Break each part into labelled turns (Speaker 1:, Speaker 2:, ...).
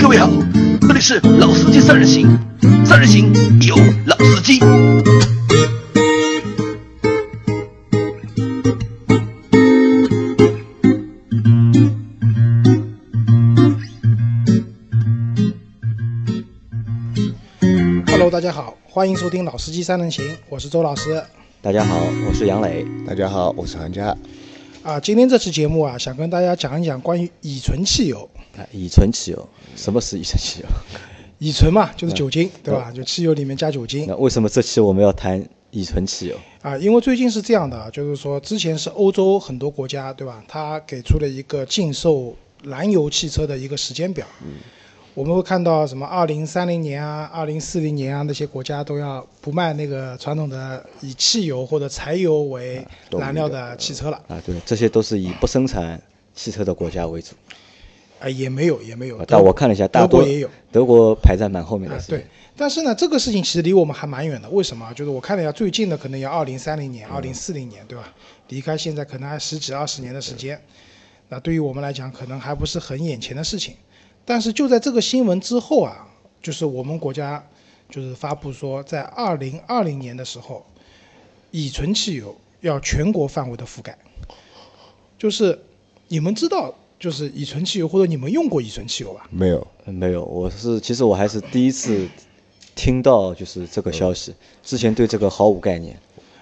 Speaker 1: 各位好，这里是老司机三人行，三人行有老司机。
Speaker 2: Hello，大家好，欢迎收听《老司机三人行》，我是周老师。
Speaker 3: 大家好，我是杨磊。
Speaker 4: 大家好，我是韩佳。
Speaker 2: 啊，今天这期节目啊，想跟大家讲一讲关于乙醇汽油。
Speaker 3: 哎乙醇汽油，什么是乙醇 汽油？
Speaker 2: 乙醇嘛，就是酒精，对吧？就汽油里面加酒精
Speaker 3: 那为什么这期我们要谈乙醇汽油？
Speaker 2: 啊。因为最近是这样的啊，就是说之前是欧洲很多国家，对吧？它给出了一个禁售燃油汽车的一个时间表。我们会看到什么？二零三零年啊，二零四零年啊，那些国家都要不卖那个传统的以汽油或者柴油为
Speaker 4: 动力
Speaker 2: 燃料的汽车了。
Speaker 3: 啊，对，这些都是以不生产汽车的国家为主。
Speaker 2: 啊，也没有，也没有
Speaker 3: 啊。但我看了一下，大
Speaker 2: 德国
Speaker 3: 多
Speaker 2: 也有。
Speaker 3: 德国排在蛮后面的
Speaker 2: 啊，
Speaker 3: 是吧。
Speaker 2: 对，但是呢，这个事情其实离我们还蛮远的。为什么啊？就是我看了一下，最近的可能要二零三零年、二零四零年，对吧？离开现在可能还十几二十年的时间，那对于我们来讲，可能还不是很眼前的事情。但是就在这个新闻之后啊，就是我们国家就是发布说，在二零二零年的时候，乙醇汽油要全国范围的覆盖。就是你们知道，就是乙醇汽油，或者你们用过乙醇汽油吧？
Speaker 4: 没有，
Speaker 3: 呃没有，我是其实我还是第一次听到就是这个消息，
Speaker 2: 嗯
Speaker 3: 之前对这个毫无概念。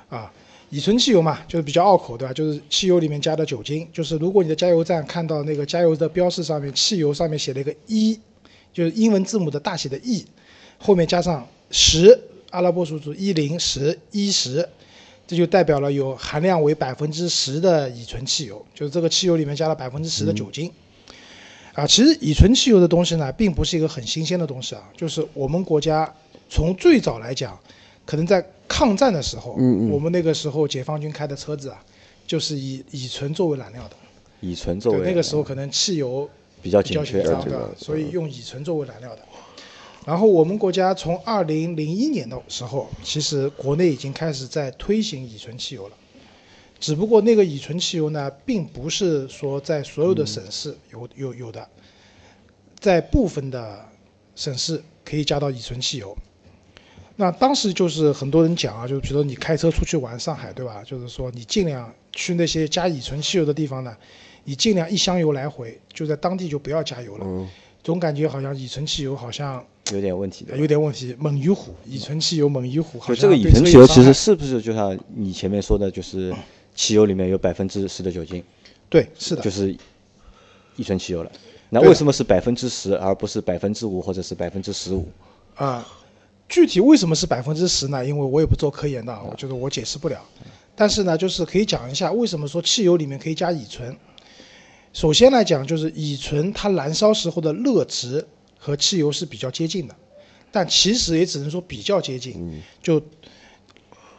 Speaker 2: 啊，乙醇汽油嘛，就是比较拗口，对吧？就是汽油里面加的酒精，就是如果你的加油站看到那个加油的标示上面，汽油上面写了一个一、就是英文字母的大写的 E，后面加上十，阿拉伯数字一零十一十，这就代表了有含量为百分之十的乙醇汽油，就是这个汽油里面加了百分之十的酒精。啊，其实乙醇汽油的东西呢，并不是一个很新鲜的东西啊，就是我们国家从最早来讲，可能在抗战的时候，嗯嗯我们那个时候解放军开的车子啊，就是以乙醇作为燃料的。
Speaker 3: 乙醇作
Speaker 2: 对，
Speaker 3: 为
Speaker 2: 那个时候可能汽油
Speaker 3: 比较
Speaker 2: 比较
Speaker 3: 紧
Speaker 2: 紧
Speaker 3: 缺
Speaker 2: 张，
Speaker 3: 啊
Speaker 2: 对吧？所以用乙醇作为燃料的。然后我们国家从二零零一年的时候，其实国内已经开始在推行乙醇汽油了，只不过那个乙醇汽油呢，并不是说在所有的省
Speaker 3: 嗯
Speaker 2: 市有、有有的，在部分的省市可以加到乙醇汽油。那当时就是很多人讲啊，就是比如说你开车出去玩上海，对吧？就是说你尽量去那些加乙醇汽油的地方呢，你尽量一箱油来回，就在当地就不要加油了。
Speaker 3: 嗯
Speaker 2: 总感觉好像乙醇汽油好像
Speaker 3: 有点问题的。
Speaker 2: 有点问题，猛于虎，乙醇汽油猛于虎，哎好
Speaker 3: 就
Speaker 2: 像
Speaker 3: 这个乙
Speaker 2: 对
Speaker 3: 醇
Speaker 2: 车
Speaker 3: 汽
Speaker 2: 有
Speaker 3: 油其
Speaker 2: 伤
Speaker 3: 实
Speaker 2: 害
Speaker 3: 是不是就像你前面说的，就是汽油里面有百分之十的酒精，
Speaker 2: 对是的，
Speaker 3: 就是乙醇汽油了。那
Speaker 2: 对的
Speaker 3: 为什么是百分之十，而不是百分之五或者是百分之十五？
Speaker 2: 啊、具体为什么是百分之十呢？因为我也不做科研的啊，我觉得我解释不了。但是呢，就是可以讲一下为什么说汽油里面可以加乙醇。首先来讲，就是乙醇它燃烧时候的热值和汽油是比较接近的，但其实也只能说比较接近。
Speaker 3: 嗯
Speaker 2: 就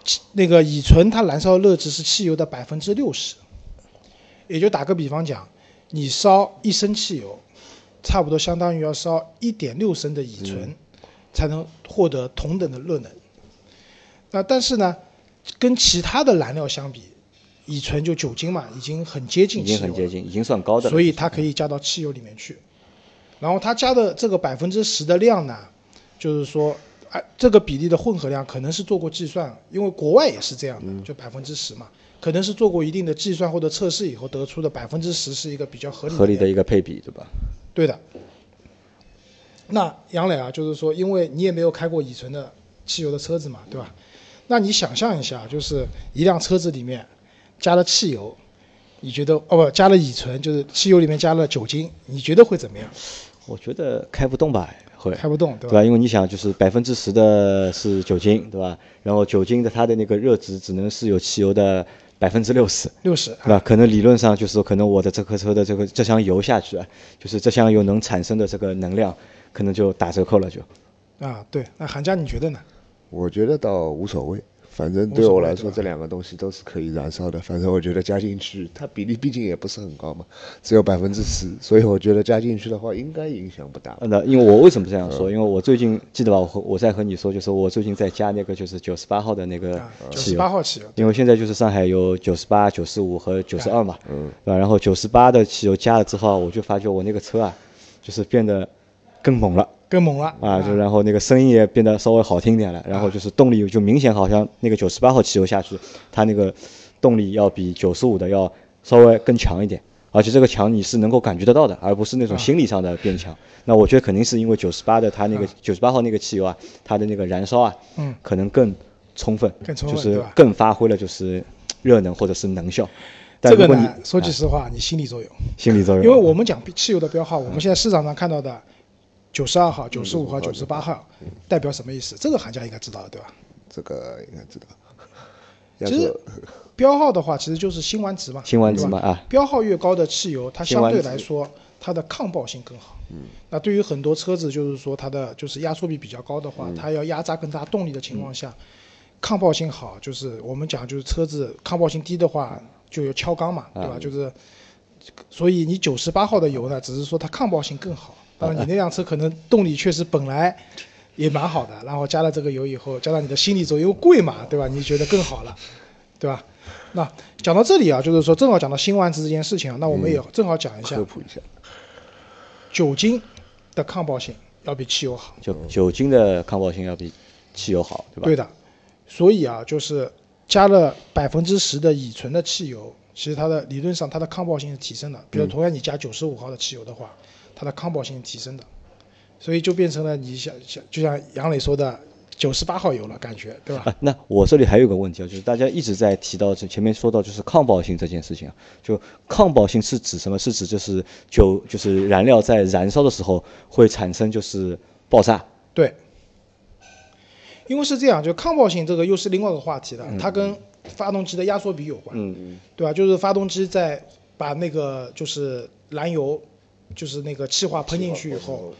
Speaker 2: 汽那个乙醇它燃烧的热值是汽油的百分之六十，也就打个比方讲，你烧一升汽油，差不多相当于要烧一点六升的乙醇。
Speaker 3: 嗯
Speaker 2: 才能获得同等的热能。那但是呢，跟其他的燃料相比，乙醇就酒精嘛，已经很接
Speaker 3: 已
Speaker 2: 近汽
Speaker 3: 经
Speaker 2: 油
Speaker 3: 很
Speaker 2: 了
Speaker 3: 接近，已经算高的了。
Speaker 2: 所以它可以加到汽油里面去。然后它加的这个百分之十的量呢，就是说，哎，这个比例的混合量可能是做过计算，因为国外也是这样
Speaker 3: 嗯
Speaker 2: 的，就百分之十嘛，可能是做过一定的计算或者测试以后得出的百分之十是一个比较合理的
Speaker 3: 合理的
Speaker 2: 量
Speaker 3: 一个配比，对吧？
Speaker 2: 对的。那杨磊啊，就是说，因为你也没有开过乙醇的汽油的车子嘛，对吧？那你想象一下，就是一辆车子里面加了汽油，你觉得哦不加了乙醇，就是汽油里面加了酒精，你觉得会怎么样？
Speaker 3: 我觉得开不动吧，会。
Speaker 2: 开不动，对
Speaker 3: 对
Speaker 2: 吧？
Speaker 3: 吧？因为你想，就是百分之十的是酒精，对吧？然后酒精的它的那个热值只能是有汽油的百分之六十，
Speaker 2: 六十
Speaker 3: 对吧？可能理论上就是说，可能我的这颗车的这个这箱油下去啊，就是这箱油能产生的这个能量，可能就打折扣了就。
Speaker 2: 啊，对。那韩佳你觉得呢？
Speaker 4: 我觉得倒无所谓，反正
Speaker 2: 无
Speaker 4: 对
Speaker 2: 所
Speaker 4: 我
Speaker 2: 谓
Speaker 4: 来
Speaker 2: 对
Speaker 4: 说，
Speaker 2: 吧
Speaker 4: 这两个东西都是可以燃烧的。反正我觉得加进去，它比例毕竟也不是很高嘛，只有百分之十，所以我觉得加进去的话，应该影响不大。
Speaker 3: 呃那因为我为什么这样说？因为我最近记得吧，我和我在和你说，就是我最近在加那个就是九十八号的那个
Speaker 2: 啊，九
Speaker 3: 呃汽
Speaker 2: 十
Speaker 3: 油，
Speaker 2: 八号汽油，
Speaker 3: 因为现在就是上海有九十八、九十五和九十二嘛，嗯，对吧？然后九十八的汽油加了之后啊，我就发觉我那个车啊，就是变得更猛了。
Speaker 2: 更猛了
Speaker 3: 啊，就然后那个声音也变得稍微好听点了，然
Speaker 2: 啊
Speaker 3: 后就是动力就明显好像那个九十八号汽油下去，它那个动力要比九十五的要稍微更强一点，而且这个强你是能够感觉得到的，而不是
Speaker 2: 啊
Speaker 3: 那种心理上的变强。那我觉得肯定是因为九十八的它那个九十八号那个汽油啊，它的那个燃烧啊，
Speaker 2: 嗯
Speaker 3: 可能更充分，
Speaker 2: 更充
Speaker 3: 就
Speaker 2: 分对
Speaker 3: 是
Speaker 2: 吧
Speaker 3: 更发挥了就是热能或者是能效。但
Speaker 2: 这个
Speaker 3: 如果你啊
Speaker 2: 呢，说句实话，你心理作用，
Speaker 3: 心理作用，
Speaker 2: 因为我们讲汽油的标号，我们现在市场上看到的九十二号、九十五嗯号、九十八号，嗯代表什么意思？这个行家应该知道的，对吧？
Speaker 4: 这个应该知道。
Speaker 2: 其实标号的话，其实就是辛烷值嘛，
Speaker 3: 辛烷值嘛
Speaker 2: 对吧
Speaker 3: 啊
Speaker 2: 标号越高的汽油，它
Speaker 3: 辛烷
Speaker 2: 相对
Speaker 3: 值
Speaker 2: 来说它的抗爆性更好。嗯，那对于很多车子，就是说它的就是压缩比比较高的话，它要压榨更大动力的情况下，抗爆性好，就是我们讲就是车子抗爆性低的话，就有敲缸嘛，对吧？就是，所以你九十八号的油呢，只是说它抗爆性更 好。当然，你那辆车可能动力确实本来。也蛮好的，然后加了这个油以后，加上你的心理作用又贵嘛，对吧？你觉得更好了， 对吧？那讲到这里啊，就是说正好讲到辛烷值这件事情啊，那我们也正好讲一下
Speaker 4: 科普一下，
Speaker 2: 酒精的抗爆性要比汽油好，
Speaker 3: 就酒精的抗爆性要比汽油好，对吧？
Speaker 2: 对的。所以啊，就是加了百分之十的乙醇的汽油，其实它的理论上它的抗爆性是提升的。
Speaker 3: 嗯
Speaker 2: 比如同样你加九十五号的汽油的话，它的抗爆性是提升的，所以就变成了你想想，就像杨磊说的，九十八号油了，感觉对吧？
Speaker 3: 啊，那我这里还有个问题啊，就是大家一直在提到，就前面说到就是抗爆性这件事情啊，就抗爆性是指什么？是指就是酒就是燃料在燃烧的时候会产生就是爆炸，
Speaker 2: 对，因为是这样，就抗爆性这个又是另外一个话题了，它跟发动机的压缩比有关，
Speaker 3: 嗯，
Speaker 2: 对吧？啊就是发动机在把那个就是燃油，就是那个气化喷进去以后，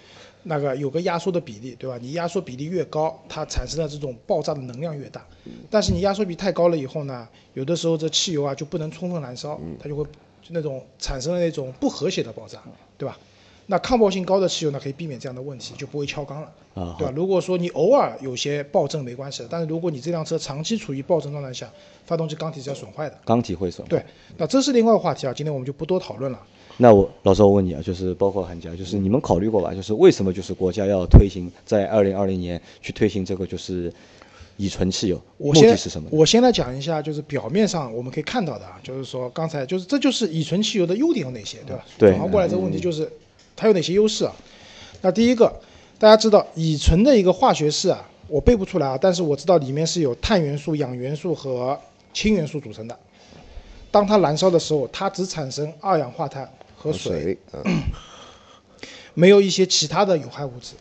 Speaker 2: 那个有个压缩的比例，对吧？你压缩比例越高，它产生的这种爆炸的能量越大。但是你压缩比太高了以后呢，有的时候这汽油啊就不能充分燃烧，它就会就那种产生了那种不和谐的爆炸，对吧？那抗爆性高的汽油呢，可以避免这样的问题，就不会敲缸了，
Speaker 3: 啊
Speaker 2: 对吧？如果说你偶尔有些爆震没关系的，但是如果你这辆车长期处于爆震状态下，发动机缸体是要损坏的。
Speaker 3: 缸体会损。
Speaker 2: 对，那这是另外一个话题啊，今天我们就不多讨论了。
Speaker 3: 那我老师，我问你啊，就是包括韩家，就是你们考虑过吧？就是为什么就是国家要推行在二零二零年去推行这个就是乙醇汽油，目
Speaker 2: 我先
Speaker 3: 的是什么呢？
Speaker 2: 我先来讲一下，就是表面上我们可以看到的啊，就是说刚才就是这就是乙醇汽油的优点有哪些，对吧？
Speaker 3: 对嗯
Speaker 2: 转换过来这个问题就是它有哪些优势啊？那第一个，大家知道乙醇的一个化学式啊，我背不出来啊，但是我知道里面是有碳元素、氧元素和氢元素组成的。当它燃烧的时候，它只产生二氧化碳和
Speaker 4: 喝
Speaker 2: 水，
Speaker 4: 水，嗯，
Speaker 2: 没有一些其他的有害物质。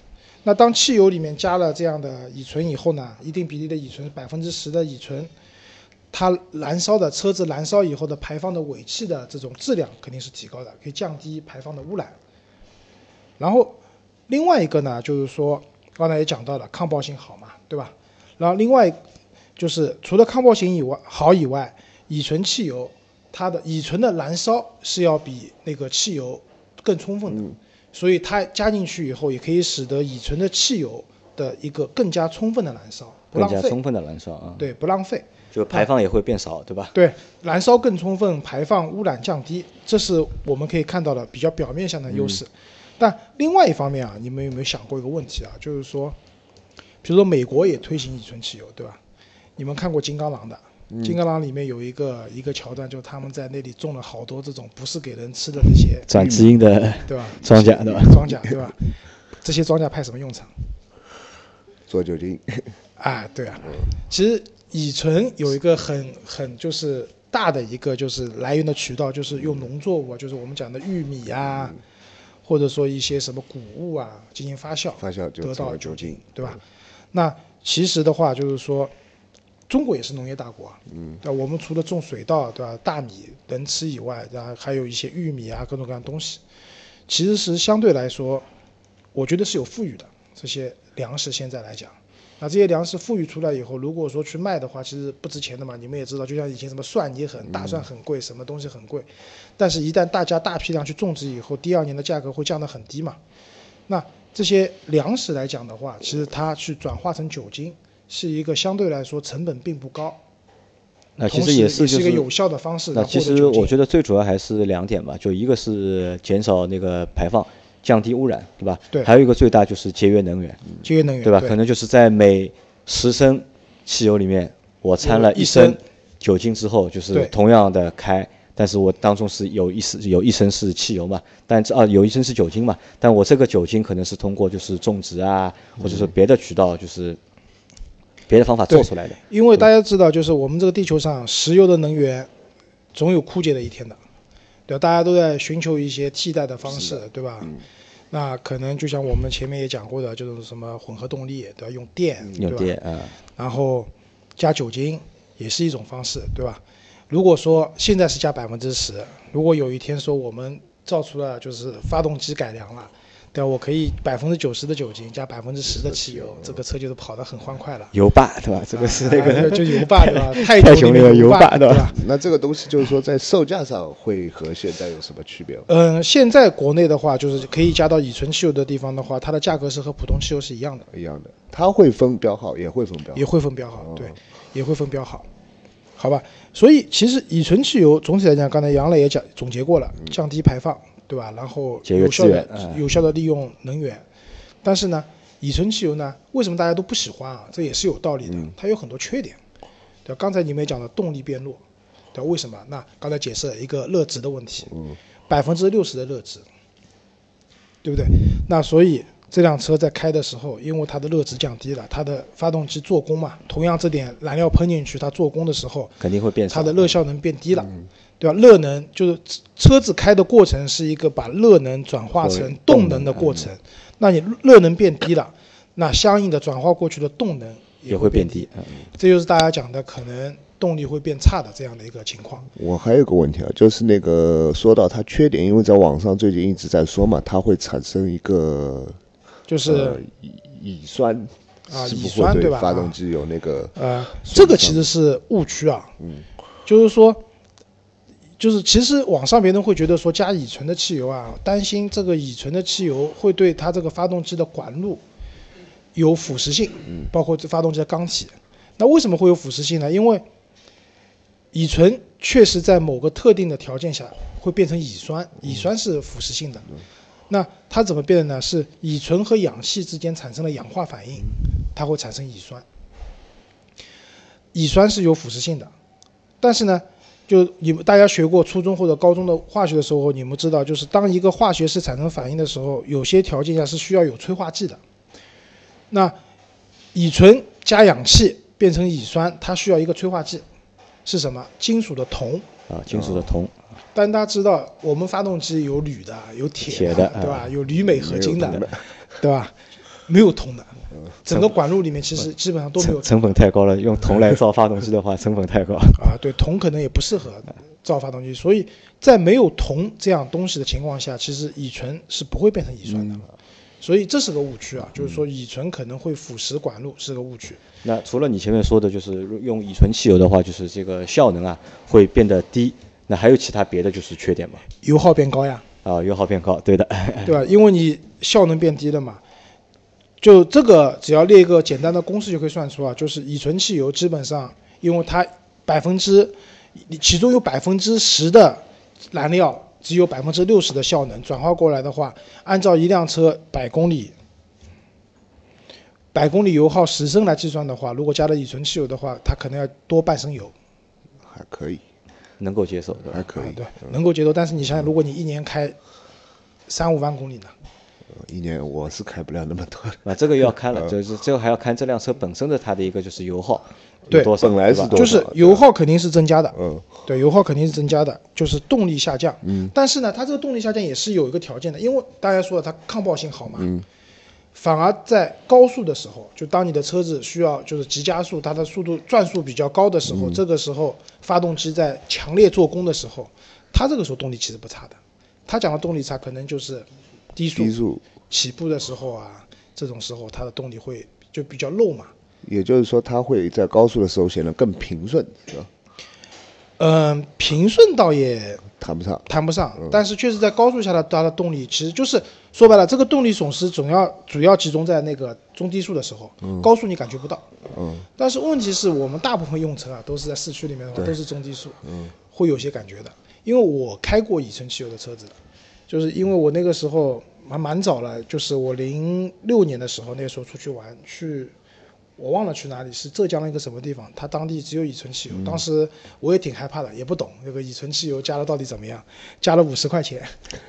Speaker 2: 那当汽油里面加了这样的乙醇以后呢，一定比例的乙醇，百分之十的乙醇，它燃烧的车子燃烧以后的排放的尾气的这种质量肯定是提高的，可以降低排放的污染。然后另外一个呢，就是说刚才也讲到了抗爆性好嘛，对吧？然后另外就是除了抗爆性以外好以外，乙醇汽油它的乙醇的燃烧是要比那个汽油更充分的，
Speaker 3: 嗯
Speaker 2: 所以它加进去以后也可以使得乙醇的汽油的一个更加充分的燃烧，不
Speaker 3: 更
Speaker 2: 浪
Speaker 3: 加
Speaker 2: 费
Speaker 3: 充，分的燃烧啊，，
Speaker 2: 对，不浪费。
Speaker 3: 就排放也会变少，对吧？
Speaker 2: 对，燃烧更充分，排放污染降低，这是我们可以看到的比较表面上的优
Speaker 3: 嗯
Speaker 2: 势。但另外一方面啊，你们有没有想过一个问题啊？就是说，比如说美国也推行乙醇汽油，对吧？你们看过《金刚狼》的，
Speaker 3: 嗯
Speaker 2: 金刚狼》里面有一个一个桥段，就是他们在那里种了好多这种不是给人吃的那些，
Speaker 3: 转基因的
Speaker 2: 嗯对吧？
Speaker 3: 庄稼，对吧？
Speaker 2: 庄稼，对吧？这些庄稼派什么用场？
Speaker 4: 做酒精，
Speaker 2: 啊，对啊，其实乙醇有一个很很就是大的一个就是来源的渠道，就是用农作物啊，就是我们讲的玉米啊，或者说一些什么谷物啊进行发酵，
Speaker 4: 发酵就
Speaker 2: 得
Speaker 4: 成
Speaker 2: 到
Speaker 4: 了酒精，
Speaker 2: 对吧？那其实的话就是说，中国也是农业大国啊，嗯，那我们除了种水稻，对吧？大米能吃以外，然后还有一些玉米啊，各种各样的东西，其实是相对来说，我觉得是有富裕的这些粮食。现在来讲，那这些粮食富裕出来以后，如果说去卖的话，其实不值钱的嘛。你们也知道，就像以前什么蒜也很，大蒜很贵，什么东西很贵，但是一旦大家大批量去种植以后，第二年的价格会降得很低嘛。那这些粮食来讲的话，其实它去转化成酒精，是一个相对来说成本并不高，
Speaker 3: 那其
Speaker 2: 同
Speaker 3: 实
Speaker 2: 时也
Speaker 3: 是就是
Speaker 2: 一个有效的方式来
Speaker 3: 那
Speaker 2: 获得
Speaker 3: 其
Speaker 2: 酒精。
Speaker 3: 实我觉得最主要还是两点吧，就一个是减少那个排放，降低污染，对吧？
Speaker 2: 对
Speaker 3: 还有一个最大就是节约能源，
Speaker 2: 节约能源，
Speaker 3: 对吧？可能就是在每十升汽油里面，我掺了
Speaker 2: 有
Speaker 3: 一
Speaker 2: 一升
Speaker 3: 升酒精之后，就是
Speaker 2: 对
Speaker 3: 同样的开，但是我当中是有一升有一升是汽油嘛，但这啊有一升是酒精嘛，但我这个酒精可能是通过就是种植啊，或者说
Speaker 2: 嗯
Speaker 3: 别的渠道，就是别的方法做出来的。
Speaker 2: 因为大家知道，就是我们这个地球上石油的能源总有枯竭的一天的，对吧？大家都在寻求一些替代的方式，对吧？
Speaker 3: 嗯
Speaker 2: 那可能就像我们前面也讲过的，就是什么混合动力，对吧？用电，嗯对
Speaker 3: 用
Speaker 2: 吧？
Speaker 3: 电啊，
Speaker 2: 然后加酒精也是一种方式，对吧？如果说现在是加百分之十，如果有一天说我们造出了就是发动机改良了，对吧？我可以百分之九十的酒精加百分之十的汽油，这个车就是跑得很欢快了。
Speaker 3: 油霸 对吧？这个是那
Speaker 2: 啊
Speaker 3: 个？
Speaker 2: 就就油霸对吧 泰
Speaker 3: 太
Speaker 2: 囧
Speaker 3: 雄
Speaker 2: 那
Speaker 3: 那
Speaker 2: 个
Speaker 3: 个油
Speaker 2: 霸
Speaker 3: 霸对吧
Speaker 2: 吧？
Speaker 4: 那这个东西就是说，在售价上会和现在有什么区别吗？
Speaker 2: 嗯，现在国内的话，就是可以加到乙醇汽油的地方的话，它的价格是和普通汽油是一样的，
Speaker 4: 一样的，它会分标号，也会分标号
Speaker 2: 也。会分标
Speaker 3: 哦
Speaker 2: 好，对，也会分标好，好吧？所以其实乙醇汽油总体来讲，刚才杨磊也讲总结过了，降低排放，对吧？然后
Speaker 3: 嗯节约
Speaker 2: 有效的
Speaker 3: 资源嗯
Speaker 2: 有效的利用能源，但是呢，乙醇汽油呢，为什么大家都不喜欢啊？这也是有道理
Speaker 3: 嗯
Speaker 2: 的，它有很多缺点，对吧？刚才你们也讲了动力变弱，对吧？为什么？那刚才解释了一个热值的问题，百分之六十的热值，对不对？那所以这辆车在开的时候，因为它的热值降低了，它的发动机做工嘛，同样这点燃料喷进去，它做工的时候，
Speaker 3: 肯定会变少。
Speaker 2: 它的热效能变低了，嗯对吧？热能就是车子开的过程是一个把热能转化成动能嗯的过程，那你热能变低了，那相应的转化过去的动能
Speaker 3: 也
Speaker 2: 会
Speaker 3: 会变
Speaker 2: 低，
Speaker 3: 低，嗯
Speaker 2: 这就是大家讲的可能动力会变差的这样的一个情况。
Speaker 4: 我还有个问题啊，就是那个说到它缺点，因为在网上最近一直在说嘛，它会产生一个
Speaker 2: 就是、
Speaker 4: 呃乙乙酸，
Speaker 2: 啊
Speaker 4: 是不
Speaker 2: 乙
Speaker 4: 是
Speaker 2: 酸
Speaker 4: 会
Speaker 2: 对吧
Speaker 4: 发动机有那个
Speaker 2: 呃，这个其实是误区啊。嗯，就是说，就是其实网上别人会觉得说加乙醇的汽油啊，担心这个乙醇的汽油会对它这个发动机的管路有腐蚀性，包括这发动机的缸体。那为什么会有腐蚀性呢？因为乙醇确实在某个特定的条件下会变成乙酸，乙酸是腐蚀性的。那它怎么变的呢？是乙醇和氧气之间产生了氧化反应，它会产生乙酸。乙酸是有腐蚀性的，但是呢，就你们大家学过初中或者高中的化学的时候，你们知道，就是当一个化学式产生反应的时候，有些条件下是需要有催化剂的。那乙醇加氧气变成乙酸，它需要一个催化剂，是什么？金属的铜。
Speaker 3: 啊，金属的
Speaker 2: 哦
Speaker 3: 铜
Speaker 2: 但大家知道，我们发动机有铝的，有铁
Speaker 3: 铁的
Speaker 2: 对吧？有铝镁合金
Speaker 4: 没有
Speaker 2: 的
Speaker 4: 铜，
Speaker 2: 对吧？没有铜的，整个管路里面其实基本上都没有
Speaker 3: 成成本太高了，用铜来造发动机 的话，成本太高。
Speaker 2: 啊，对，铜可能也不适合造发动机，所以在没有铜这样东西的情况下，其实乙醇是不会变成乙酸的，所以这是个误区啊，就是说乙醇可能会腐蚀管路是个误区。
Speaker 3: 那除了你前面说的，就是如用乙醇汽油的话，就是这个效能啊会变得低。那还有其他别的就是缺点吗？
Speaker 2: 油耗变高呀，
Speaker 3: 啊，油耗变高，对的，
Speaker 4: 哎
Speaker 2: 对吧？因为你效能变低了嘛，就这个只要列一个简单的公式就可以算出啊，就是乙醇汽油基本上因为它百分之，其中有百分之十的燃料只有百分之六十的效能，转化过来的话，按照一辆车百公里。百公里油耗十升来计算的话，如果加了乙醇汽油的话，它可能要多半升油。
Speaker 4: 还可以，
Speaker 3: 能够接受，对
Speaker 2: 哎
Speaker 4: 还
Speaker 3: 吧？
Speaker 4: 可以，
Speaker 2: 啊对，能够接受。但是你想想，如果你一年开三五万公里呢？
Speaker 4: 呃一年我是开不了那么多 的。
Speaker 3: 啊那这个要看
Speaker 2: 哎
Speaker 3: 了，就是这个还要看这辆车本身的它的一个就是油耗有
Speaker 2: 对
Speaker 3: 多少，
Speaker 4: 本来是
Speaker 3: 对吧
Speaker 4: 多
Speaker 2: 就是
Speaker 4: 少
Speaker 2: 油耗肯定是增加的，
Speaker 4: 嗯，
Speaker 2: 对，油耗肯定是增加的，就是动力下降。嗯，但是呢，它这个动力下降也是有一个条件的，因为大家说了它抗爆性好嘛，嗯，反而在高速的时候，就当你的车子需要就是急加速，它的速度转速比较高的时候，这个时候发动机在强烈做功的时候，它这个时候动力其实不差的。他讲的动力差可能就是低速
Speaker 4: 低速，
Speaker 2: 起步的时候啊，这种时候它的动力会就比较漏嘛。
Speaker 4: 也就是说它会在高速的时候显得更平顺，是吧？
Speaker 2: 嗯，平顺倒也
Speaker 4: 谈不上。
Speaker 2: 谈不上，但是确实在高速下的它的动力，其实就是说白了，这个动力损失总要主要集中在那个中低速的时候，高速你感觉不到。
Speaker 4: 嗯，
Speaker 2: 但是问题是我们大部分用车啊，都是在市区里面的话，都是中低速，嗯，会有些感觉的。因为我开过乙醇汽油的车子的，就是因为我那个时候还蛮早了，就是我零六年的时候，那时候出去玩去。我忘了去哪里，是浙江的一个什么地方，它当地只有乙醇汽
Speaker 3: 嗯
Speaker 2: 油。当时我也挺害怕的，也不懂那个乙醇汽油加了到底怎么样，加了五十块钱，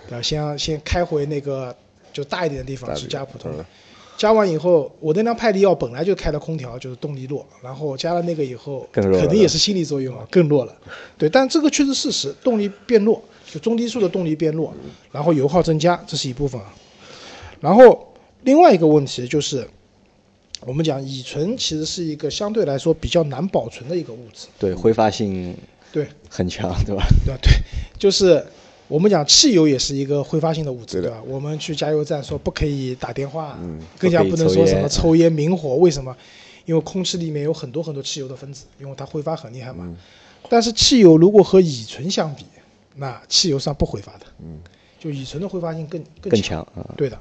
Speaker 2: 对吧？先先开回那个就大一点的地方去加普
Speaker 3: 嗯
Speaker 2: 通的，加完以后，我那辆派力奥本来就开了空调，就是动力弱，然后我加了那个以后，
Speaker 3: 更弱了
Speaker 2: 肯定也是心理作用啊，更弱了。对，但这个确实事实，动力变弱，就中低速的动力变弱，然后油耗增加，这是一部分啊。然后另外一个问题就是，我们讲乙醇其实是一个相对来说比较难保存的一个物质，
Speaker 3: 对，挥发性
Speaker 2: 对
Speaker 3: 很强，对吧？
Speaker 2: 对吧？对，就是我们讲汽油也是一个挥发性的物质，对吧？我们去加油站说不可以打电话，更加不能说什么抽烟、明火，为什么？因为空气里面有很多很多汽油的分子，因为它挥发很厉害嘛。但是汽油如果和乙醇相比，那汽油上不挥发的，嗯，就乙醇的挥发性更更
Speaker 3: 更强啊、
Speaker 2: 对的。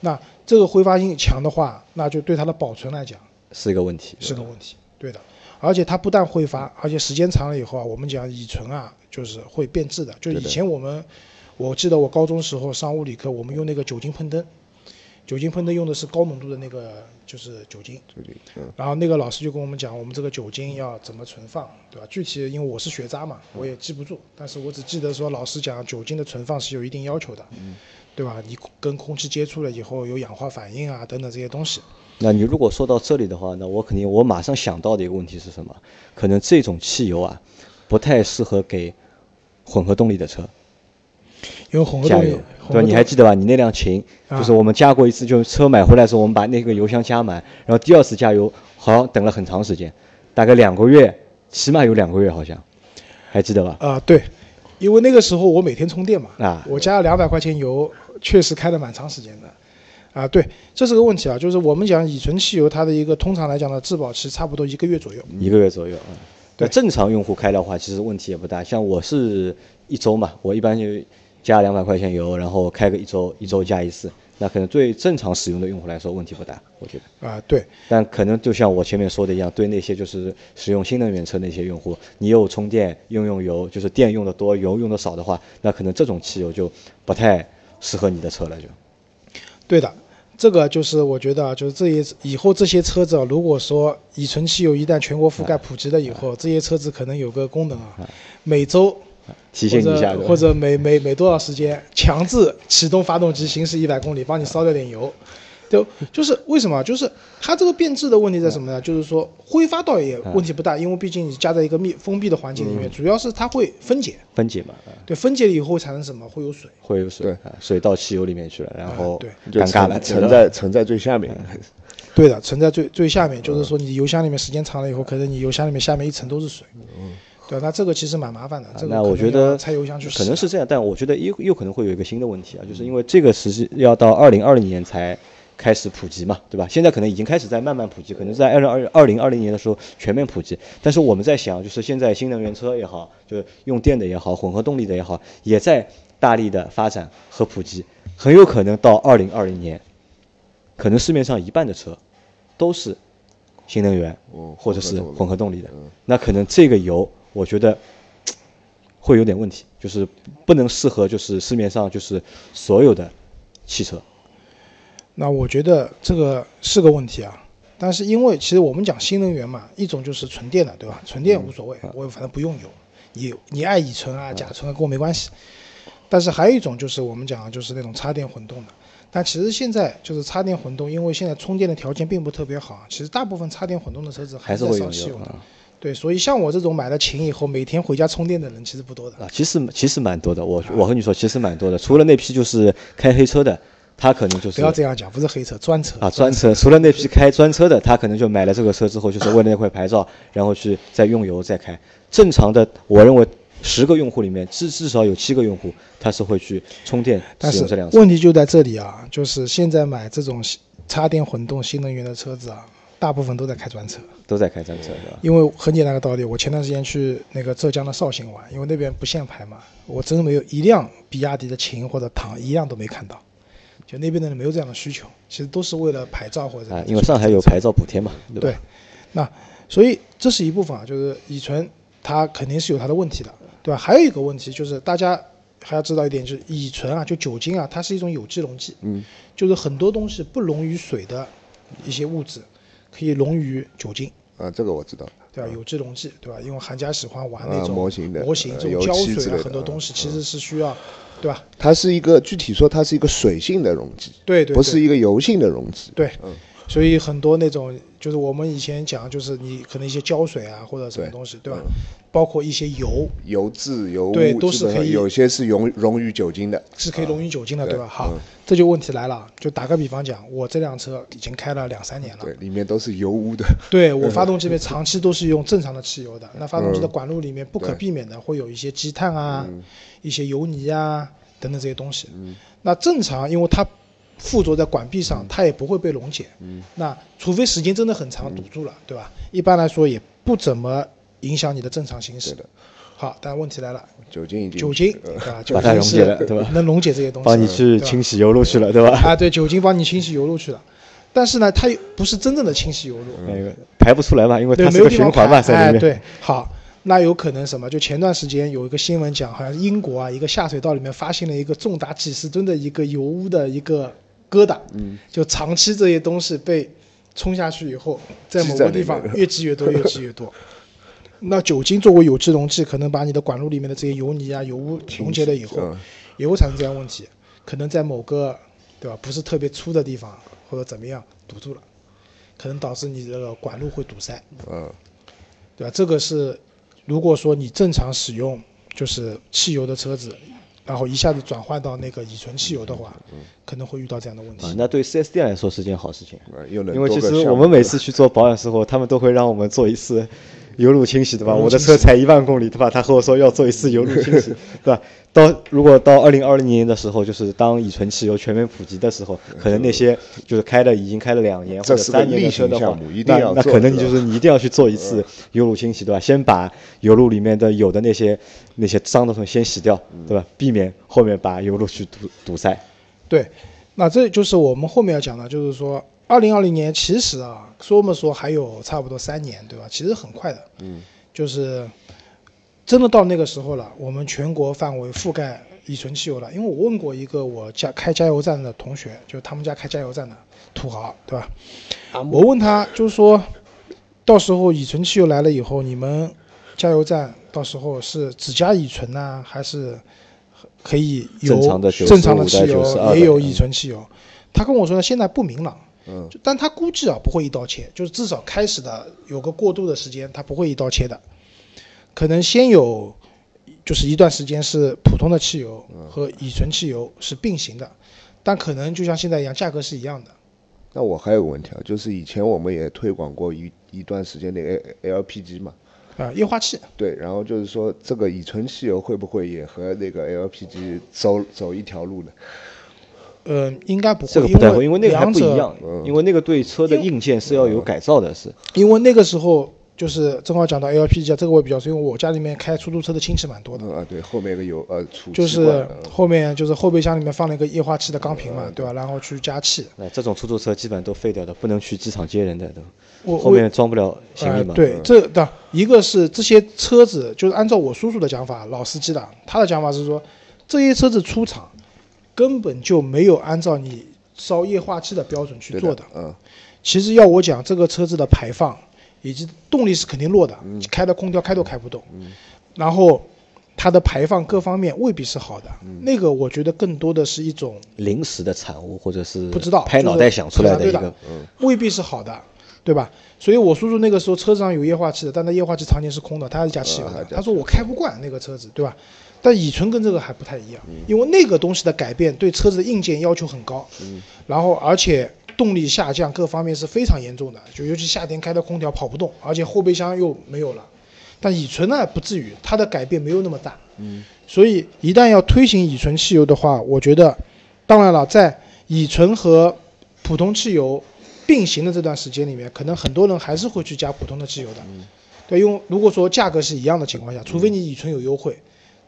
Speaker 2: 那这个挥发性强的话，那就对它的保存来讲，
Speaker 3: 是一个问题。
Speaker 2: 是个问题，对的。而且它不但挥发，而且时间长了以后啊，我们讲乙醇啊，就是会变质的。就以前我们，我记得我高中时候上物理课，我们用那个酒精喷灯，酒精喷灯用的是高浓度的那个就是酒精。嗯然后那个老师就跟我们讲，我们这个酒精要怎么存放，对吧？具体因为我是学渣嘛，我也记不住，但是我只记得说老师讲酒精的存放是有一定要求的，对吧？你跟空气接触了以后有氧化反应啊等等这些东西。
Speaker 3: 那你如果说到这里的话，那我肯定我马上想到的一个问题是什么？可能这种汽油啊，不太适合给混合动力的车
Speaker 2: 因为混合
Speaker 3: 加
Speaker 2: 动
Speaker 3: 油
Speaker 2: 力，，啊
Speaker 3: 对吧？
Speaker 2: 混合
Speaker 3: 你还记得吧？你那辆秦，就是我们加过一次，就是车买回来的时候，我们把那个油箱加满，然后第二次加油好像等了很长时间，大概两个月，起码有两个月好像，还记得吧？
Speaker 2: 啊、对，因为那个时候我每天充电嘛，
Speaker 3: 啊
Speaker 2: 我加了两百块钱油，确实开了蛮长时间的，啊、对，这是个问题啊，就是我们讲乙醇汽油，它的一个通常来讲的质保期差不多一个月左右，
Speaker 3: 一个月左右。嗯那
Speaker 2: 对
Speaker 3: 正常用户开的话，其实问题也不大。像我是一周嘛，我一般就加两百块钱油，然后开个一周，一周加一次。那可能对正常使用的用户来说问题不大，我觉得。
Speaker 2: 啊、对，
Speaker 3: 但可能就像我前面说的一样，对那些就是使用新能源车那些用户，你又充电又用油，就是电用的多，油用的少的话，那可能这种汽油就不太适合你的车了就。
Speaker 2: 对的，这个就是我觉得啊，就是这些以后这些车子啊，如果说乙醇汽油一旦全国覆盖普及了以后，这些车子可能有个功能啊，每周
Speaker 3: 提醒你一下，
Speaker 2: 或
Speaker 3: 对
Speaker 2: 者
Speaker 3: 吧
Speaker 2: 或者每每每多少时间强制启动发动机行驶一百公里，帮你烧掉点油。就就是为什么啊？就是它这个变质的问题在什么呢？就是说挥发倒也
Speaker 3: 嗯
Speaker 2: 问题不大，因为毕竟你加在一个密封闭的环境里面，主要是它会分解。
Speaker 3: 分解嘛，嗯
Speaker 2: 对，分解了以后会产生什么？会有水。
Speaker 3: 会有水，啊水到汽油里面去了，然后
Speaker 2: 对
Speaker 4: 嗯就
Speaker 3: 尴尬了，
Speaker 4: 沉沉
Speaker 3: 了
Speaker 4: 在沉在最下
Speaker 3: 嗯
Speaker 4: 面。
Speaker 2: 对的，存在最最下面，就是说你油箱里面时间长了以后，可能你油箱里面下面一层都是水。对，那这个其实蛮麻烦的。这个
Speaker 3: 嗯啊那我
Speaker 2: 可能
Speaker 3: 觉得
Speaker 2: 要拆油箱去洗啊
Speaker 3: 可能
Speaker 2: 的
Speaker 3: 是这样，但我觉得又又可能会有一个新的问题啊，就是因为这个实际要到二零二零年才开始普及嘛，对吧？现在可能已经开始在慢慢普及，可能在二零二二零二零年的时候全面普及。但是我们在想，就是现在新能源车也好，就是用电的也好，混合动力的也好，也在大力的发展和普及，很有可能到二零二零年，可能市面上一半的车都是新能源
Speaker 4: 哦
Speaker 3: 或者是
Speaker 4: 混合动力
Speaker 3: 混合动力的，
Speaker 2: 嗯
Speaker 3: 那可能这个油我觉得会有点问题，就是不能适合就是市面上就是所有的汽车。
Speaker 2: 那我觉得这个是个问题啊。但是因为其实我们讲新能源嘛，一种就是纯电的，对吧？纯电无所谓，
Speaker 3: 嗯
Speaker 2: 我反正不用油，你你爱乙醇啊、甲醇啊跟我没关系。但是还有一种就是我们讲的就是那种插电混动的。但其实现在就是插电混动，因为现在充电的条件并不特别好，啊其实大部分插电混动的车子
Speaker 3: 还
Speaker 2: 是
Speaker 3: 是
Speaker 2: 在
Speaker 3: 会
Speaker 2: 烧
Speaker 3: 用
Speaker 2: 汽
Speaker 3: 油
Speaker 2: 油的
Speaker 3: 啊。
Speaker 2: 对，所以像我这种买了琴以后，每天回家充电的人其实不多的。
Speaker 3: 啊，其实其实蛮多的，
Speaker 2: 啊
Speaker 3: 我我和你说，其实蛮多的。除了那批就是开黑车的，他可能就是
Speaker 2: 不要这样讲，不是黑车，专车
Speaker 3: 啊，专车。 除了那批开专车的，他可能就买了这个车之后，就是为了那块牌 照，然后去再用油再开。正常的，我认为十个用户里面至至少有七个用户，他是会去充电
Speaker 2: 但
Speaker 3: 使
Speaker 2: 是
Speaker 3: 用这辆车。
Speaker 2: 问题就在这里啊，就是现在买这种新插电混动新能源的车子啊，大部分都在开专车，
Speaker 3: 都在开专车，对吧？
Speaker 2: 因为很简单的道理，我前段时间去那个浙江的绍兴玩，因为那边不限牌嘛，我真的没有一辆比亚迪的秦或者唐一辆都没看到，就那边的人没有这样的需求，其实都是为了牌照或者
Speaker 3: 啊，因为上海有牌照补贴嘛，对吧？
Speaker 2: 对，那所以这是一部分啊，就是乙醇它肯定是有它的问题的，对吧？还有一个问题就是大家还要知道一点，就是乙醇啊，就酒精啊，它是一种有机溶剂，嗯，就是很多东西不溶于水的一些物质，可以溶于酒精，
Speaker 4: 啊，这个我知道。
Speaker 2: 对吧？有机溶剂，对吧？因为韩家喜欢玩
Speaker 4: 啊
Speaker 2: 那种
Speaker 4: 模型的
Speaker 2: 模型
Speaker 4: 呃
Speaker 2: 这种
Speaker 4: 油
Speaker 2: 胶
Speaker 4: 漆之
Speaker 2: 水
Speaker 4: 类
Speaker 2: 啊
Speaker 4: 的，
Speaker 2: 很多
Speaker 4: 啊
Speaker 2: 东西其实是需要，对吧？
Speaker 4: 它是一个具体说，它是一个水性的溶剂，
Speaker 2: 对对，
Speaker 4: 不
Speaker 2: 对
Speaker 4: 是一个油性的溶剂。
Speaker 2: 对，所以很多那种就是我们以前讲，就是你可能一些胶水啊或者什么
Speaker 4: 对嗯
Speaker 2: 东西，对吧？包括一些油
Speaker 4: 油质、油
Speaker 2: 对
Speaker 4: 物
Speaker 2: 都
Speaker 4: 基
Speaker 2: 是
Speaker 4: 本
Speaker 2: 可
Speaker 4: 上
Speaker 2: 以
Speaker 4: 有些是溶溶于酒精的。
Speaker 2: 是可以溶于酒精的，
Speaker 4: 对
Speaker 2: 对吧？好
Speaker 4: 嗯，
Speaker 2: 这就问题来了，就打个比方讲，我这辆车已经开了两三年了，
Speaker 4: 对，里面都是油污的。
Speaker 2: 对我发动机里面长期都是用正常的汽油的，那发动机的管路里面不可避免的会有一些积碳啊、一些油泥啊等等这些东西。那正常，因为它附着在管壁上，它也不会被溶解。那除非时间真的很长堵住了，对吧？一般来说也不怎么影响你的正常行驶。好，但问题来了，
Speaker 4: 酒精已经嗯
Speaker 2: 酒精对吧？酒
Speaker 3: 把它
Speaker 2: 精
Speaker 3: 溶解了
Speaker 2: 是
Speaker 3: 对吧
Speaker 2: 能溶解这些东西，
Speaker 3: 帮你去
Speaker 2: 对吧
Speaker 3: 清洗油路去了，对吧？
Speaker 2: 啊，对，酒精帮你清洗油路去了。但是呢，它又不是真正的清洗油路，
Speaker 3: 那个排不出来嘛，因为
Speaker 2: 对，
Speaker 3: 嗯它
Speaker 2: 没
Speaker 3: 是
Speaker 2: 有
Speaker 3: 个
Speaker 2: 地
Speaker 3: 循
Speaker 2: 方
Speaker 3: 环嘛，
Speaker 2: 排。
Speaker 3: 在
Speaker 2: 哎，
Speaker 3: 里面。
Speaker 2: 对，好，那有可能什么？就前段时间有一个新闻讲，好像英国啊，一个下水道里面发现了一个重达几十吨的一个油污的一个疙瘩，嗯，就长期这些东西被冲下去以后，在某
Speaker 4: 积在
Speaker 2: 个
Speaker 4: 里
Speaker 2: 地
Speaker 4: 面
Speaker 2: 方越积越多，越积越多。 那酒精作为有机溶剂，可能把你的管路里面的这些油泥啊、油污溶解了以后，
Speaker 3: 嗯
Speaker 4: 嗯
Speaker 2: 也会产生这样问题，可能在某个对吧不是特别粗的地方或者怎么样堵住了，可能导致你这个管路会堵塞。
Speaker 4: 嗯，
Speaker 2: 对吧？这个是如果说你正常使用就是汽油的车子，然后一下子转换到那个乙醇汽油的话，可能会遇到这样的问
Speaker 3: 啊
Speaker 2: 题。
Speaker 3: 那对 4S 店来说是件好事情，
Speaker 4: 呃又能
Speaker 3: 因为
Speaker 4: 多
Speaker 3: 其
Speaker 4: 个
Speaker 3: 实
Speaker 4: 项
Speaker 3: 我
Speaker 4: 目
Speaker 3: 们每次去做保养时候，他们都会让我们做一次油路清洗，对吧？我的车才一万公里，对吧？他和我说要做一次油路清洗，对吧？到如果到二零二零年的时候，就是当乙醇汽油全面普及的时候，可能那些就是开了已经开了两年或
Speaker 4: 这
Speaker 3: 者
Speaker 4: 是个
Speaker 3: 三年的
Speaker 4: 例行
Speaker 3: 车的话
Speaker 4: 项目一，定
Speaker 3: 那
Speaker 4: 要
Speaker 3: 那
Speaker 4: 做
Speaker 3: 可能
Speaker 4: 对
Speaker 3: 你就
Speaker 4: 吧嗯
Speaker 3: 是你一定要去做一次油路清洗，对吧？先把油路里面的有的那些那些脏的东西先洗掉，
Speaker 4: 嗯
Speaker 3: 对吧？避免后面把油路去堵堵塞。
Speaker 2: 对，那这就是我们后面要讲的，就是说，二零二零年其实啊，说么说还有差不多三年，对吧？其实很快的，嗯，就是真的到那个时候了，我们全国范围覆盖乙醇汽油了。因为我问过一个我家开加油站的同学，就他们家开加油站的土豪，对吧？我问他就是说，到时候乙醇汽油来了以后，你们加油站到时候是只加乙醇呢，还是可以有
Speaker 3: 正常的95
Speaker 2: 正常的汽
Speaker 3: 92的
Speaker 2: 油，也有乙醇汽油？他跟我说呢，现在不明朗。
Speaker 4: 嗯
Speaker 2: 就但他估计啊不会一刀切，就是至少开始的有个过渡的时间，他不会一刀切的，可能先有就是一段时间是普通的汽油
Speaker 3: 嗯
Speaker 2: 和乙醇汽油是并行的，但可能就像现在一样，价格是一样的。
Speaker 4: 那我还有个问题啊，就是以前我们也推广过一一段时间的 L LPG 嘛，
Speaker 2: 啊，液化气，
Speaker 4: 对，然后就是说这个乙醇汽油会不会也和那个 LPG 走走一条路呢？
Speaker 2: 呃，应该不会，
Speaker 3: 这个不太会，因
Speaker 2: 因
Speaker 3: 为那个还不一
Speaker 2: 两
Speaker 3: 样
Speaker 2: 者，嗯
Speaker 3: 因为那个对车的硬件是要有改造的，是
Speaker 2: 因为那个时候就是正好讲到 LPG 啊这个我也比较熟，因为我家里面开出租车的亲戚蛮多的，
Speaker 4: 嗯啊，对，后面一个油呃储
Speaker 2: 就
Speaker 4: 气罐
Speaker 2: 是
Speaker 4: 嗯
Speaker 2: 后面就是后备箱里面放了一个液化气的钢瓶
Speaker 3: 嗯
Speaker 2: 嘛，对吧？然后去加气，
Speaker 3: 那这种出租车基本上都废掉的，不能去机场接人的，都
Speaker 2: 我
Speaker 3: 后
Speaker 2: 我
Speaker 3: 面装不了行李
Speaker 2: 呃
Speaker 3: 嘛。，
Speaker 4: 嗯
Speaker 2: 对，这的一个是这些车子，就是按照我叔叔的讲法，老司机的，他的讲法是说，这些车子出厂根本就没有按照你烧液化气的标准去
Speaker 4: 对
Speaker 2: 做
Speaker 4: 的
Speaker 2: 的。，
Speaker 4: 嗯，
Speaker 2: 其实要我讲，这个车子的排放以及动力是肯定弱的，
Speaker 4: 嗯
Speaker 2: 开的空调开都开不动，然后它的排放各方面未必是好的。
Speaker 4: 嗯
Speaker 2: 那个我觉得更多的是一种
Speaker 3: 临时的产物或者是
Speaker 2: 不知道
Speaker 3: 拍脑袋想出来的一
Speaker 2: 就是
Speaker 3: 个，嗯
Speaker 2: 未必是好的，对吧？所以我叔叔那个时候车上有液化气的，但那液化气常年是空的，他还是加
Speaker 3: 啊
Speaker 2: 汽油的。他说我开不惯那个车子，对吧？但乙醇跟这个还不太一
Speaker 3: 嗯
Speaker 2: 样，因为那个东西的改变对车子的硬件要求很高，
Speaker 3: 嗯
Speaker 2: 然后而且动力下降各方面是非常严重的，就尤其夏天开的空调跑不动，而且后备箱又没有了。但乙醇呢不至于，它的改变没有那么大，
Speaker 3: 嗯
Speaker 2: 所以一旦要推行乙醇汽油的话，我觉得，当然了，在乙醇和普通汽油并行的这段时间里面，可能很多人还是会去加普通的汽油的，
Speaker 3: 嗯
Speaker 2: 对，因为如果说价格是一样的情况下，除非你乙醇有优惠，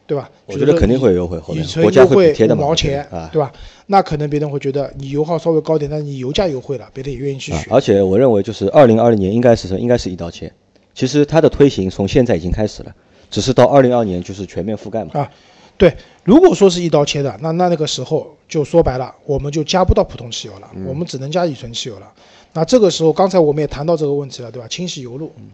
Speaker 2: 对吧？
Speaker 3: 我觉得肯定会有优惠后面
Speaker 2: 乙醇
Speaker 3: 国家
Speaker 2: 优
Speaker 3: 会
Speaker 2: 惠
Speaker 3: 补贴的
Speaker 2: 五
Speaker 3: 嘛
Speaker 2: 毛
Speaker 3: 我觉
Speaker 2: 钱
Speaker 3: 得啊
Speaker 2: 对吧？那可能别人会觉得你油耗稍微高点，但是你油价优惠了，别人也愿意去
Speaker 3: 啊
Speaker 2: 选。
Speaker 3: 而且我认为就是二零二零年应该是应该是一刀切，其实它的推行从现在已经开始了，只是到二零二年就是全面覆盖嘛。
Speaker 2: 啊，对，如果说是一刀切的，那那那个时候就说白了，我们就加不到普通汽油
Speaker 3: 嗯
Speaker 2: 了，我们只能加乙醇汽油了。那这个时候，刚才我们也谈到这个问题了，对吧？清洗油路，
Speaker 3: 嗯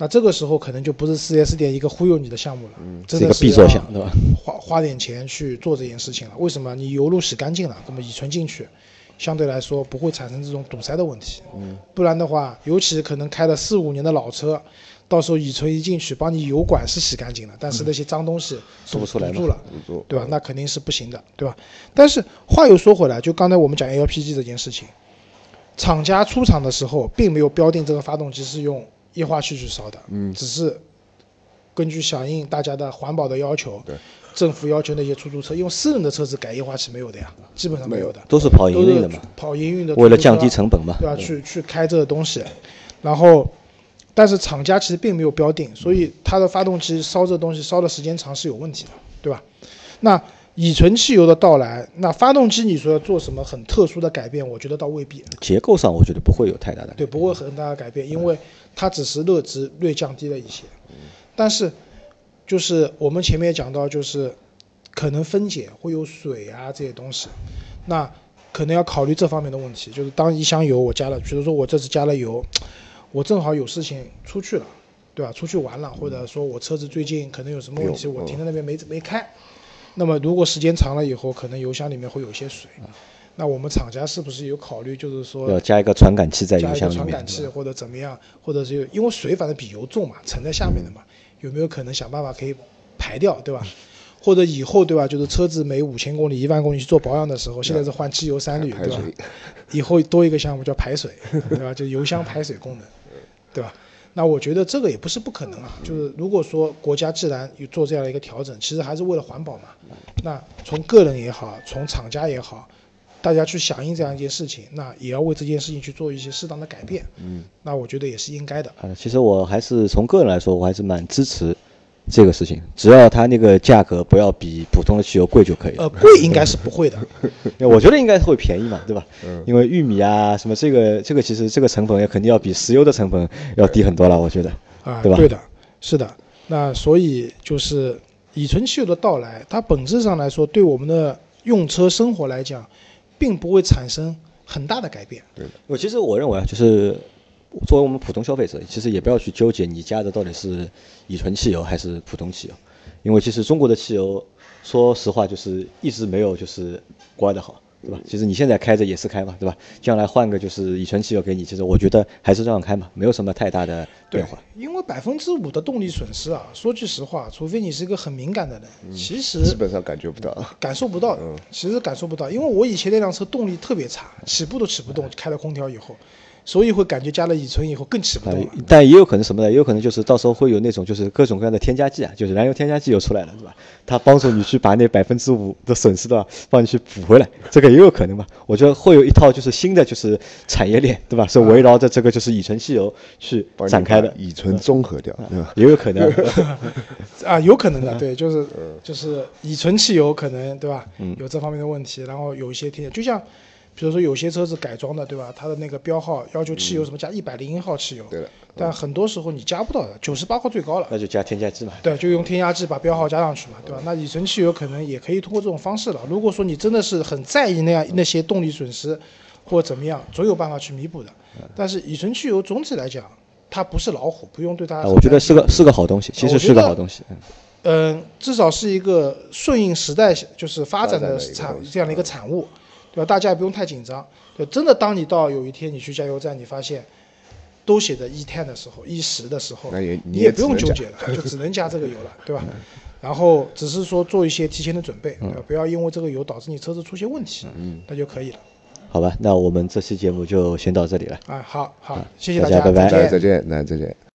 Speaker 2: 那这个时候可能就不是 4S 店一个忽悠你的项目了，真
Speaker 3: 嗯是一
Speaker 2: 的
Speaker 3: 个
Speaker 2: 是啊
Speaker 3: 必做
Speaker 2: 要
Speaker 3: 项，对吧？
Speaker 2: 花花点钱去做这件事情了。为什么？你油路洗干净了，那么乙醇进去，相对来说不会产生这种堵塞的问题。嗯，不然的话，尤其可能开了四五年的老车，到时候乙醇一进去，帮你油管是洗干净了，但是那些脏东西
Speaker 3: 嗯说不出来
Speaker 2: 堵
Speaker 3: 嘛
Speaker 2: 住了，
Speaker 4: 住
Speaker 2: 对吧？那肯定是不行的，对吧？但是话又说回来，就刚才我们讲 LPG 这件事情，厂家出厂的时候并没有标定这个发动机是用液化气去烧的，嗯，只是根据响应大家的环保的要求，政府要求那些出租车用私人的车子改液化气没有的呀，基本上没有的，
Speaker 3: 都是跑
Speaker 2: 都
Speaker 3: 营运的
Speaker 2: 是
Speaker 3: 嘛，
Speaker 2: 跑营运的，
Speaker 3: 为了降低成本嘛。嗯
Speaker 2: 对吧？去去开这个东西，然后，但是厂家其实并没有标定，所以它的发动机烧这东西烧的时间长是有问题的，对吧？那乙醇汽油的到来，那发动机你说要做什么很特殊的改变，我觉得倒未必，
Speaker 3: 结构上我觉得不会有太大的。
Speaker 2: 对，不会很大的改变，因为它只是热值略降低了一些，但是就是我们前面也讲到，就是可能分解会有水啊这些东西，那可能要考虑这方面的问题。就是当一箱油我加了，比如说我这次加了油，我正好有事情出去了，对吧？出去玩了，或者说我车子最近可能有什么问题，我停在那边没没开。那么如果时间长了以后，可能油箱里面会有一些水。那我们厂家是不是有考虑，就是说
Speaker 3: 要加一个传感器在
Speaker 2: 加
Speaker 3: 油
Speaker 2: 一个
Speaker 3: 箱里
Speaker 2: 传
Speaker 3: 面
Speaker 2: 感，器或者怎么样，或者是因为水反正比油重嘛，沉在下面的嘛，有没有可能想办法可以排掉，对吧？或者以后对吧，就是车子每五千公里、一万公里去做保养的时候，现在是换机油三滤，
Speaker 4: 排
Speaker 2: 对吧
Speaker 4: 水？
Speaker 2: 以后多一个项目叫排 水，对吧？就油箱排水功能，对吧？那我觉得这个也不是不可能啊，就是如果说国家既然有做这样的一个调整，其实还是为了环保嘛。那从个人也好，从厂家也好，大家去响应这样一件事情，那也要为这件事情去做一些适当的改变。嗯，那我觉得也是应该的。
Speaker 3: 呃，其实我还是从个人来说，我还是蛮支持这个事情，只要它那个价格不要比普通的汽油贵就可以了。
Speaker 2: 呃，贵应该是不会的，
Speaker 3: 因为我觉得应该会便宜嘛，对吧？因为玉米啊什么这个这个其实这个成本也肯定要比石油的成本要低很多了，我觉得。
Speaker 2: 啊，
Speaker 3: 对吧
Speaker 2: 的，是的。那所以就是乙醇汽油的到来，它本质上来说，对我们的用车生活来讲，并不会产生很大的改变。
Speaker 3: 我其实我认为啊，就是作为我们普通消费者，其实也不要去纠结你加的到底是乙醇汽油还是普通汽油，因为其实中国的汽油，说实话就是一直没有就是国外的好，对吧？其实你现在开着也是开嘛，对吧？将来换个就是乙醇汽油给你，其实我觉得还是照样开嘛，没有什么太大的变化。
Speaker 2: 因为百分之五的动力损失啊，说句实话，除非你是一个很敏感的人，其实
Speaker 4: 基本上感觉不到。啊
Speaker 2: 感受不到的，其实感受不到，因为我以前那辆车动力特别差，起步都起不动，开了空调以后，所以会感觉加了乙醇以后更起不
Speaker 3: 呃
Speaker 2: 动了。
Speaker 3: 但也有可能什么呢？也有可能就是到时候会有那种就是各种各样的添加剂啊，就是燃油添加剂又出来了，对吧？它帮助你去把那百分之五的损失的帮你去补回来，这个也有可能吧？我觉得会有一套就是新的就是产业链，对吧？是围绕着这个就是乙醇汽油去
Speaker 4: 帮你
Speaker 3: 展开啊的
Speaker 4: 把，乙醇综合
Speaker 2: 嗯
Speaker 4: 掉，嗯对吧？
Speaker 3: 也有可能。
Speaker 2: 啊，有可能
Speaker 3: 嗯
Speaker 2: 的，对，就是就是乙醇汽油可能对吧，
Speaker 3: 嗯
Speaker 2: 有这方面的问题，然后有一些添加，就像比如说有些车子改装的对吧，它的那个标号要求
Speaker 3: 嗯
Speaker 2: 汽油什么加一百零一号汽油，
Speaker 4: 对的
Speaker 2: 但很多时候你加不到的，九十八号最高了，
Speaker 3: 那就加添加剂嘛。
Speaker 2: 对，就用添加剂把标号加上去嘛，对
Speaker 3: 嗯
Speaker 2: 吧？那乙醇汽油可能也可以通过这种方式了。如果说你真的是很在意那样那些动力损失或怎么样，总有办法去弥补的。
Speaker 3: 嗯
Speaker 2: 但是乙醇汽油总体来讲，它不是老虎，不用对它
Speaker 3: 啊，
Speaker 2: 很
Speaker 3: 我觉得
Speaker 2: 担
Speaker 3: 是
Speaker 2: 心。
Speaker 3: 个是个好东西，其
Speaker 2: 啊我觉
Speaker 3: 实是个
Speaker 2: 得
Speaker 3: 好东西。嗯
Speaker 2: 嗯，至少是一个顺应时代就是发展
Speaker 4: 发展
Speaker 2: 的
Speaker 4: 的一个
Speaker 2: 产
Speaker 4: 东西嗯
Speaker 2: 这样的一个产物，对吧？大家也不用太紧张。对，真的当你到有一天你去加油站，你发现都写着 E ten 的时候，E 十的时候，
Speaker 4: 那也
Speaker 2: 你
Speaker 4: 你也
Speaker 2: 不用
Speaker 4: 只
Speaker 2: 纠
Speaker 4: 能
Speaker 2: 结了， 就只能加这个油 了，对吧？然后只是说做一些提前的准备，
Speaker 4: 嗯
Speaker 2: 对吧？不要因为这个油导致你车子出现问题，嗯，那就可以了。
Speaker 3: 好吧，那我们这期节目就先到这里了。
Speaker 4: 嗯
Speaker 2: 啊，好好，谢谢
Speaker 3: 大
Speaker 2: 家，
Speaker 3: 家拜拜
Speaker 4: 大家再见，那再见。